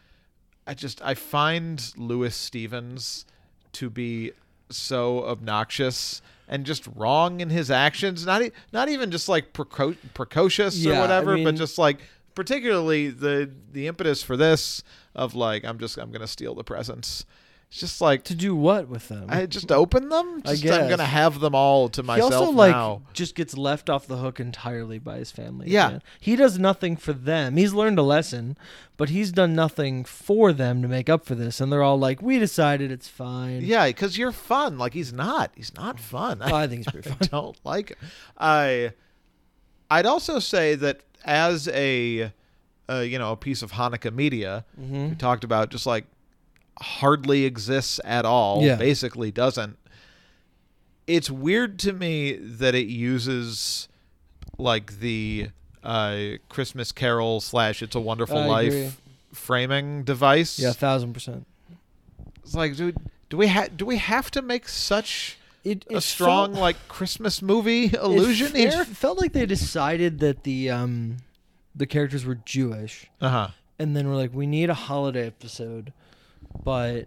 S2: I just I find Lewis Stevens to be so obnoxious and just wrong in his actions. Not e- not even just like preco- precocious or
S1: Yeah, I
S2: whatever, but
S1: mean-
S2: just like particularly the the impetus for this of like I'm just I'm gonna steal the presents. It's just like
S1: to do what with them?
S2: I just open them.
S1: I
S2: Just, I'm
S1: guess.
S2: gonna have them all to
S1: he
S2: myself
S1: also like
S2: now.
S1: just gets left off the hook entirely by his family. at
S2: Yeah.
S1: the end. he does nothing for them. He's learned a lesson, but he's done nothing for them to make up for this. And they're all like, "We decided it's fine."
S2: Yeah, because you're fun. Like he's not. He's not fun.
S1: Oh, I think it's pretty
S2: I
S1: fun.
S2: don't like him. I I'd also say that as a uh, you know a piece of Hanukkah media
S1: Mm-hmm.
S2: we talked about, just like hardly exists at all.
S1: Yeah.
S2: basically doesn't. It's weird to me that it uses like the uh, Christmas Carol slash It's a Wonderful
S1: I
S2: Life
S1: agree.
S2: framing device.
S1: Yeah, thousand percent.
S2: it's like do do we ha- do we have to make such
S1: It,
S2: a
S1: it
S2: strong
S1: felt-
S2: like Christmas movie
S1: it
S2: illusion
S1: f- it
S2: here?
S1: f- felt like they decided that the um the characters were Jewish.
S2: Uh huh.
S1: and then we're like, we need a holiday episode, but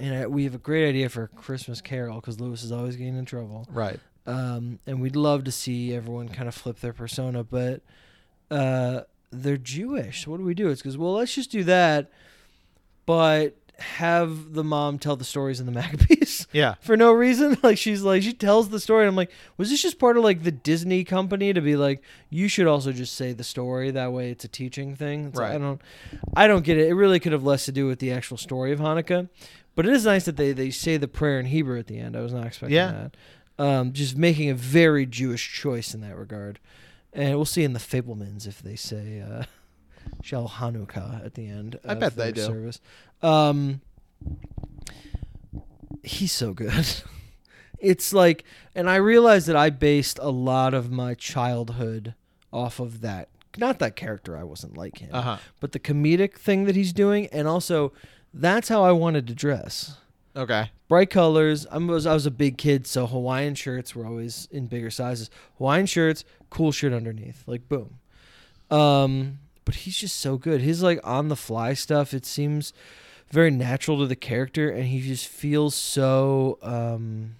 S1: and I, we have a great idea for a Christmas Carol because Lewis is always getting in trouble.
S2: Right.
S1: Um, and we'd love to see everyone kind of flip their persona, but uh, they're Jewish. So what do we do? It's because well, let's just do that, but have the mom tell the stories in the Maccabees.
S2: Yeah.
S1: For no reason, like she's like she tells the story, and I'm like, was this just part of like the Disney company to be like, you should also just say the story that way? It's a teaching thing. It's like,
S2: Right.
S1: I don't, I don't get it. It really could have less to do with the actual story of Hanukkah, but it is nice that they they say the prayer in Hebrew at the end. I was not expecting
S2: Yeah.
S1: that. Um, just making a very Jewish choice in that regard, and we'll see in the Fablemans if they say uh, "Shall Hanukkah" at the end.
S2: I
S1: of
S2: bet
S1: their
S2: they do.
S1: Service. Um, he's so good. it's like, and I realized that I based a lot of my childhood off of that. Not that character, I wasn't like him,
S2: Uh huh.
S1: but the comedic thing that he's doing, and also that's how I wanted to dress.
S2: Okay.
S1: Bright colors. I was I was a big kid, so Hawaiian shirts were always in bigger sizes. Hawaiian shirts, cool shirt underneath, like boom. Um, but he's just so good. His like on the fly stuff. It seems very natural to the character, and he just feels so um,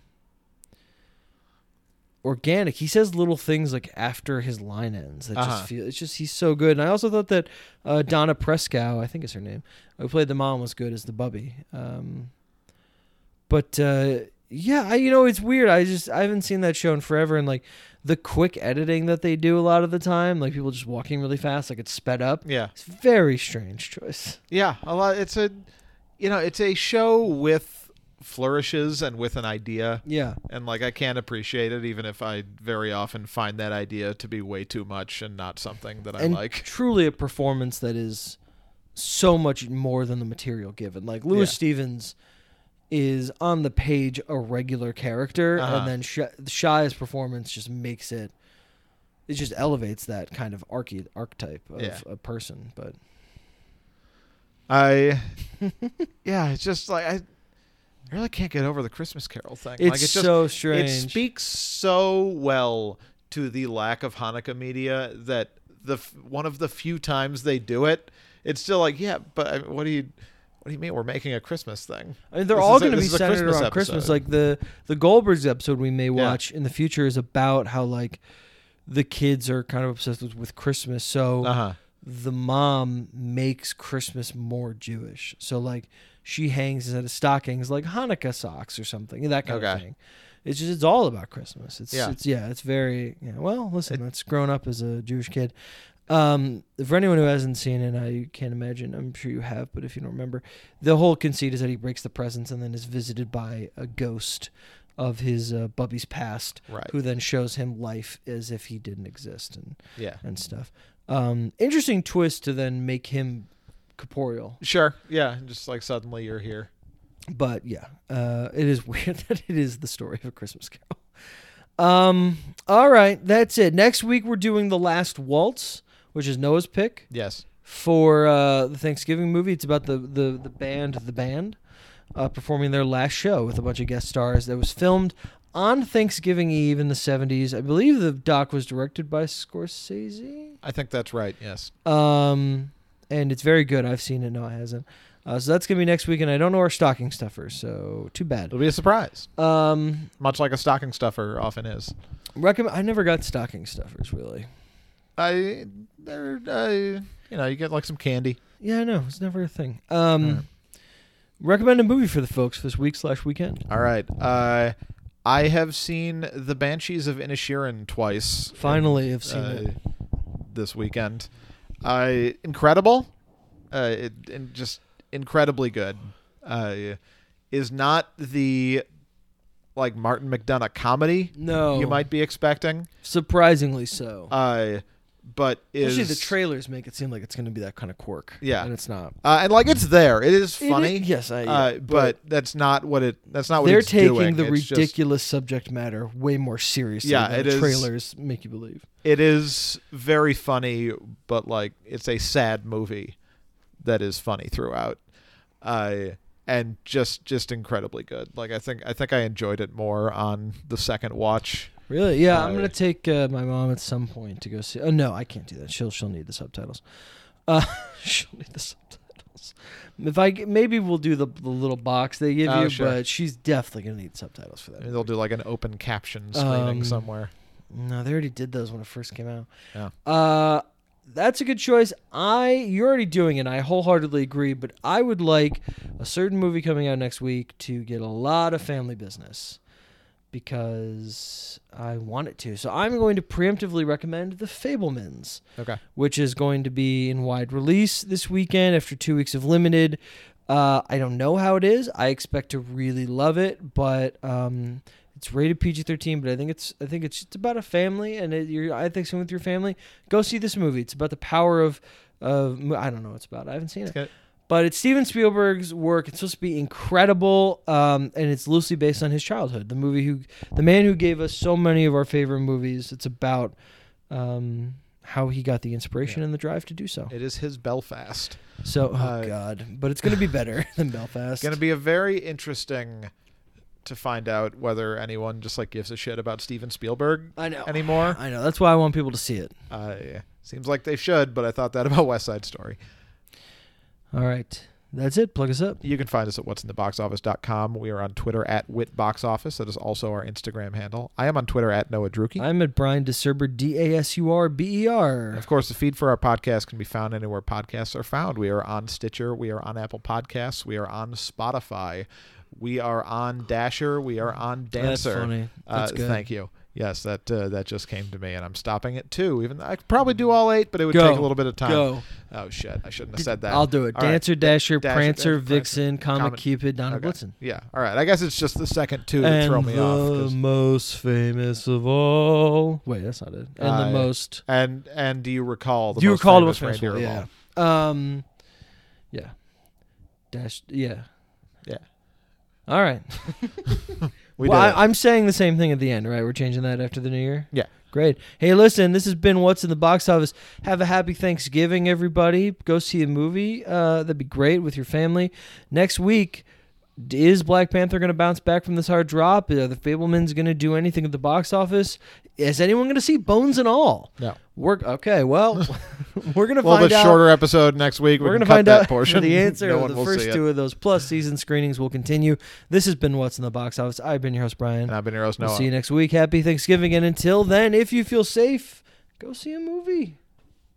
S1: organic. He says little things like after his line ends that
S2: Uh-huh.
S1: just feel. It's just he's so good. And I also thought that uh, Donna Prescow, I think is her name, who played the mom, was good as the Bubby. Um, but uh, yeah, I, you know it's weird. I just I haven't seen that show in forever, and like the quick editing that they do a lot of the time, like people just walking really fast, like it's sped up.
S2: Yeah.
S1: It's very strange choice.
S2: Yeah. A lot. It's a, you know, it's a show with flourishes and with an idea.
S1: Yeah.
S2: And like I can appreciate it, even if I very often find that idea to be way too much and not something that
S1: and
S2: I like.
S1: truly a performance that is so much more than the material given. Like Lewis
S2: Yeah.
S1: Stevens is on the page a regular character,
S2: Uh-huh.
S1: and then Sh- Shia's performance just makes it. It just elevates that kind of arche- archetype of
S2: Yeah.
S1: a person, but
S2: I, yeah, it's just like I I really can't get over the Christmas Carol thing.
S1: it's,
S2: like it's just
S1: so strange.
S2: It speaks so well to the lack of Hanukkah media that the f- one of the few times they do it, it's still like, yeah, but I, what do you what do you mean we're making a Christmas thing?
S1: I mean, they're
S2: This
S1: all
S2: is a-
S1: going to be
S2: this is a
S1: centered
S2: Christmas
S1: around Christmas.
S2: episode.
S1: Like the the Goldbergs episode we may watch in the future is about how like the kids are kind of obsessed with, with Christmas. So
S2: Uh huh.
S1: the mom makes Christmas more Jewish. So like she hangs instead of stockings like Hanukkah socks or something that kind of
S2: Okay.
S1: thing. It's just it's all about Christmas. It's
S2: Yeah.
S1: yeah, it's, yeah, it's very yeah. Well, listen, that's grown up as a Jewish kid. Um, for anyone who hasn't seen it, I can't imagine. I'm sure you have, but if you don't remember, the whole conceit is that he breaks the presents and then is visited by a ghost of his uh, bubby's past,
S2: Right.
S1: who then shows him life as if he didn't exist. And
S2: Yeah.
S1: and stuff. Um, interesting twist to then make him corporeal,
S2: Sure. Yeah. Just like suddenly you're here.
S1: but yeah, uh, it is weird that it is the story of a Christmas Carol. Um, all right, that's it. Next week we're doing the last waltz, which is Noah's pick
S2: Yes.
S1: for uh, the Thanksgiving movie. It's about the the the band, the band, uh, performing their last show with a bunch of guest stars that was filmed. On Thanksgiving Eve in the 70s, I believe the doc was directed by Scorsese.
S2: I think that's right. Yes.
S1: Um, and it's very good. I've seen it. No, it hasn't. Uh, so that's gonna be next week, and I don't know our stocking stuffer, so too bad.
S2: It'll be a surprise,
S1: Um,
S2: much like a stocking stuffer often is.
S1: recommend. I never got stocking stuffers really.
S2: I, there, uh, you know, you get like some candy.
S1: Yeah, I know it's never a thing. Um,
S2: Yeah.
S1: recommend a movie for the folks this week slash weekend.
S2: All right. Uh, I have seen the Banshees of Inishirin twice.
S1: Finally, have seen
S2: uh,
S1: it.
S2: this weekend. Uh, incredible, uh, it, and just incredibly good. Uh, is not the like Martin McDonough comedy
S1: No,
S2: you might be expecting,
S1: surprisingly so.
S2: uh, but is
S1: Especially the trailers make it seem like it's gonna be that kind of quirk.
S2: Yeah.
S1: and it's not.
S2: uh, and like it's there. It is
S1: It is-
S2: funny.
S1: yes, I.
S2: uh, but that's not what it. That's not what
S1: they're
S2: it's
S1: taking
S2: doing.
S1: the
S2: It's just-
S1: ridiculous subject matter way more seriously
S2: Yeah,
S1: than
S2: it
S1: the
S2: is-
S1: trailers make you believe.
S2: it is very funny, but like it's a sad movie that is funny throughout, uh, and just just incredibly good. Like I think I think I enjoyed it more on the second watch.
S1: Really? Yeah, I'm
S2: Uh,
S1: gonna take uh, my mom at some point to go see. Oh no, I can't do that. She'll she'll need the subtitles. Uh, she'll need the subtitles. If I g- maybe we'll do the, the little box they give
S2: Oh,
S1: you,
S2: sure.
S1: but she's definitely gonna need subtitles for
S2: Maybe
S1: that.
S2: they'll do like an open caption screening
S1: Um,
S2: somewhere.
S1: No, they already did those when it first came out.
S2: Yeah.
S1: Uh, that's a good choice. I you're already doing it. I wholeheartedly agree, but I would like a certain movie coming out next week to get a lot of family business because I want it to. So I'm going to preemptively recommend The Fablemans
S2: Okay.
S1: which is going to be in wide release this weekend after two weeks of limited. Uh, I don't know how it is. I expect to really love it, but um, it's rated PG thirteen. But I think it's I think it's just about a family, and it, you're I think someone with your family go see this movie. It's about the power of of mo- I don't know what it's about. I haven't seen it.
S2: Okay.
S1: But it's Steven Spielberg's work. It's supposed to be incredible, um, and it's loosely based on his childhood. The movie who, the man who gave us so many of our favorite movies. It's about um, how he got the inspiration
S2: Yeah.
S1: and the drive to do so.
S2: It is his Belfast.
S1: So, oh
S2: Uh,
S1: god, but it's gonna be better than Belfast.
S2: It's gonna be a very interesting to find out whether anyone just like gives a shit about Steven Spielberg
S1: I know.
S2: anymore.
S1: I know. That's why I want people to see it.
S2: Uh, seems like they should, but I thought that about West Side Story.
S1: All right, that's it. Plug us up.
S2: You can find us at what'sintheboxoffice.com. We are on Twitter at witboxoffice. That is also our Instagram handle. I am on Twitter at Noah Druke.
S1: I'm at Brian DeSerber, D A S U R B E
S2: And
S1: R.
S2: of course, the feed for our podcast can be found anywhere podcasts are found. We are on Stitcher. We are on Apple Podcasts. We are on Spotify. We are on Dasher. We are on Dancer.
S1: That's funny. That's
S2: uh,
S1: good.
S2: Thank you. Yes, that uh, that just came to me, and I'm stopping at two. Even though I could probably do all eight, but it would
S1: Go.
S2: take a little bit of time.
S1: Go.
S2: Oh shit! I shouldn't have said that.
S1: I'll do it.
S2: All right.
S1: Dancer, Dasher,
S2: Dasher,
S1: Prancer,
S2: Dasher,
S1: Vixen,
S2: Prancer,
S1: Comet,
S2: Comet.
S1: Cupid, Donna
S2: Okay.
S1: Blitzen.
S2: Yeah. All right. I guess it's just the second two that
S1: And
S2: throw me
S1: the
S2: off. 'cause-
S1: most famous of all. Wait, that's not it. And
S2: Uh,
S1: the most.
S2: And and do you recall the
S1: you
S2: most
S1: recall the
S2: famous
S1: most famous
S2: reindeer
S1: one?
S2: of
S1: Yeah.
S2: all?
S1: Um, yeah. Dash. Yeah.
S2: Yeah.
S1: All right.
S2: We
S1: well,
S2: did. it.
S1: I, I'm saying the same thing at the end, right? We're changing that after the new year.
S2: yeah.
S1: Great. Hey, listen, this has been What's in the Box Office. Have a happy Thanksgiving, everybody. Go see a movie. Uh, that'd be great with your family. Next week, d- is Black Panther going to bounce back from this hard drop? Are the Fablemans going to do anything at the box office? Is anyone going to see Bones and All?
S2: No.
S1: Work. Okay, well, we're going to
S2: Well,
S1: find
S2: the
S1: out.
S2: shorter episode next week.
S1: we're
S2: going to
S1: find
S2: that
S1: out
S2: portion.
S1: the answer
S2: no
S1: of
S2: one
S1: the
S2: will see
S1: first
S2: it.
S1: two of those. Plus, season screenings will continue. This has been What's in the Box Office. I've been your host, Brian.
S2: And I've been your host,
S1: We'll
S2: Noah.
S1: see you next week. Happy Thanksgiving. And until then, if you feel safe, go see a movie.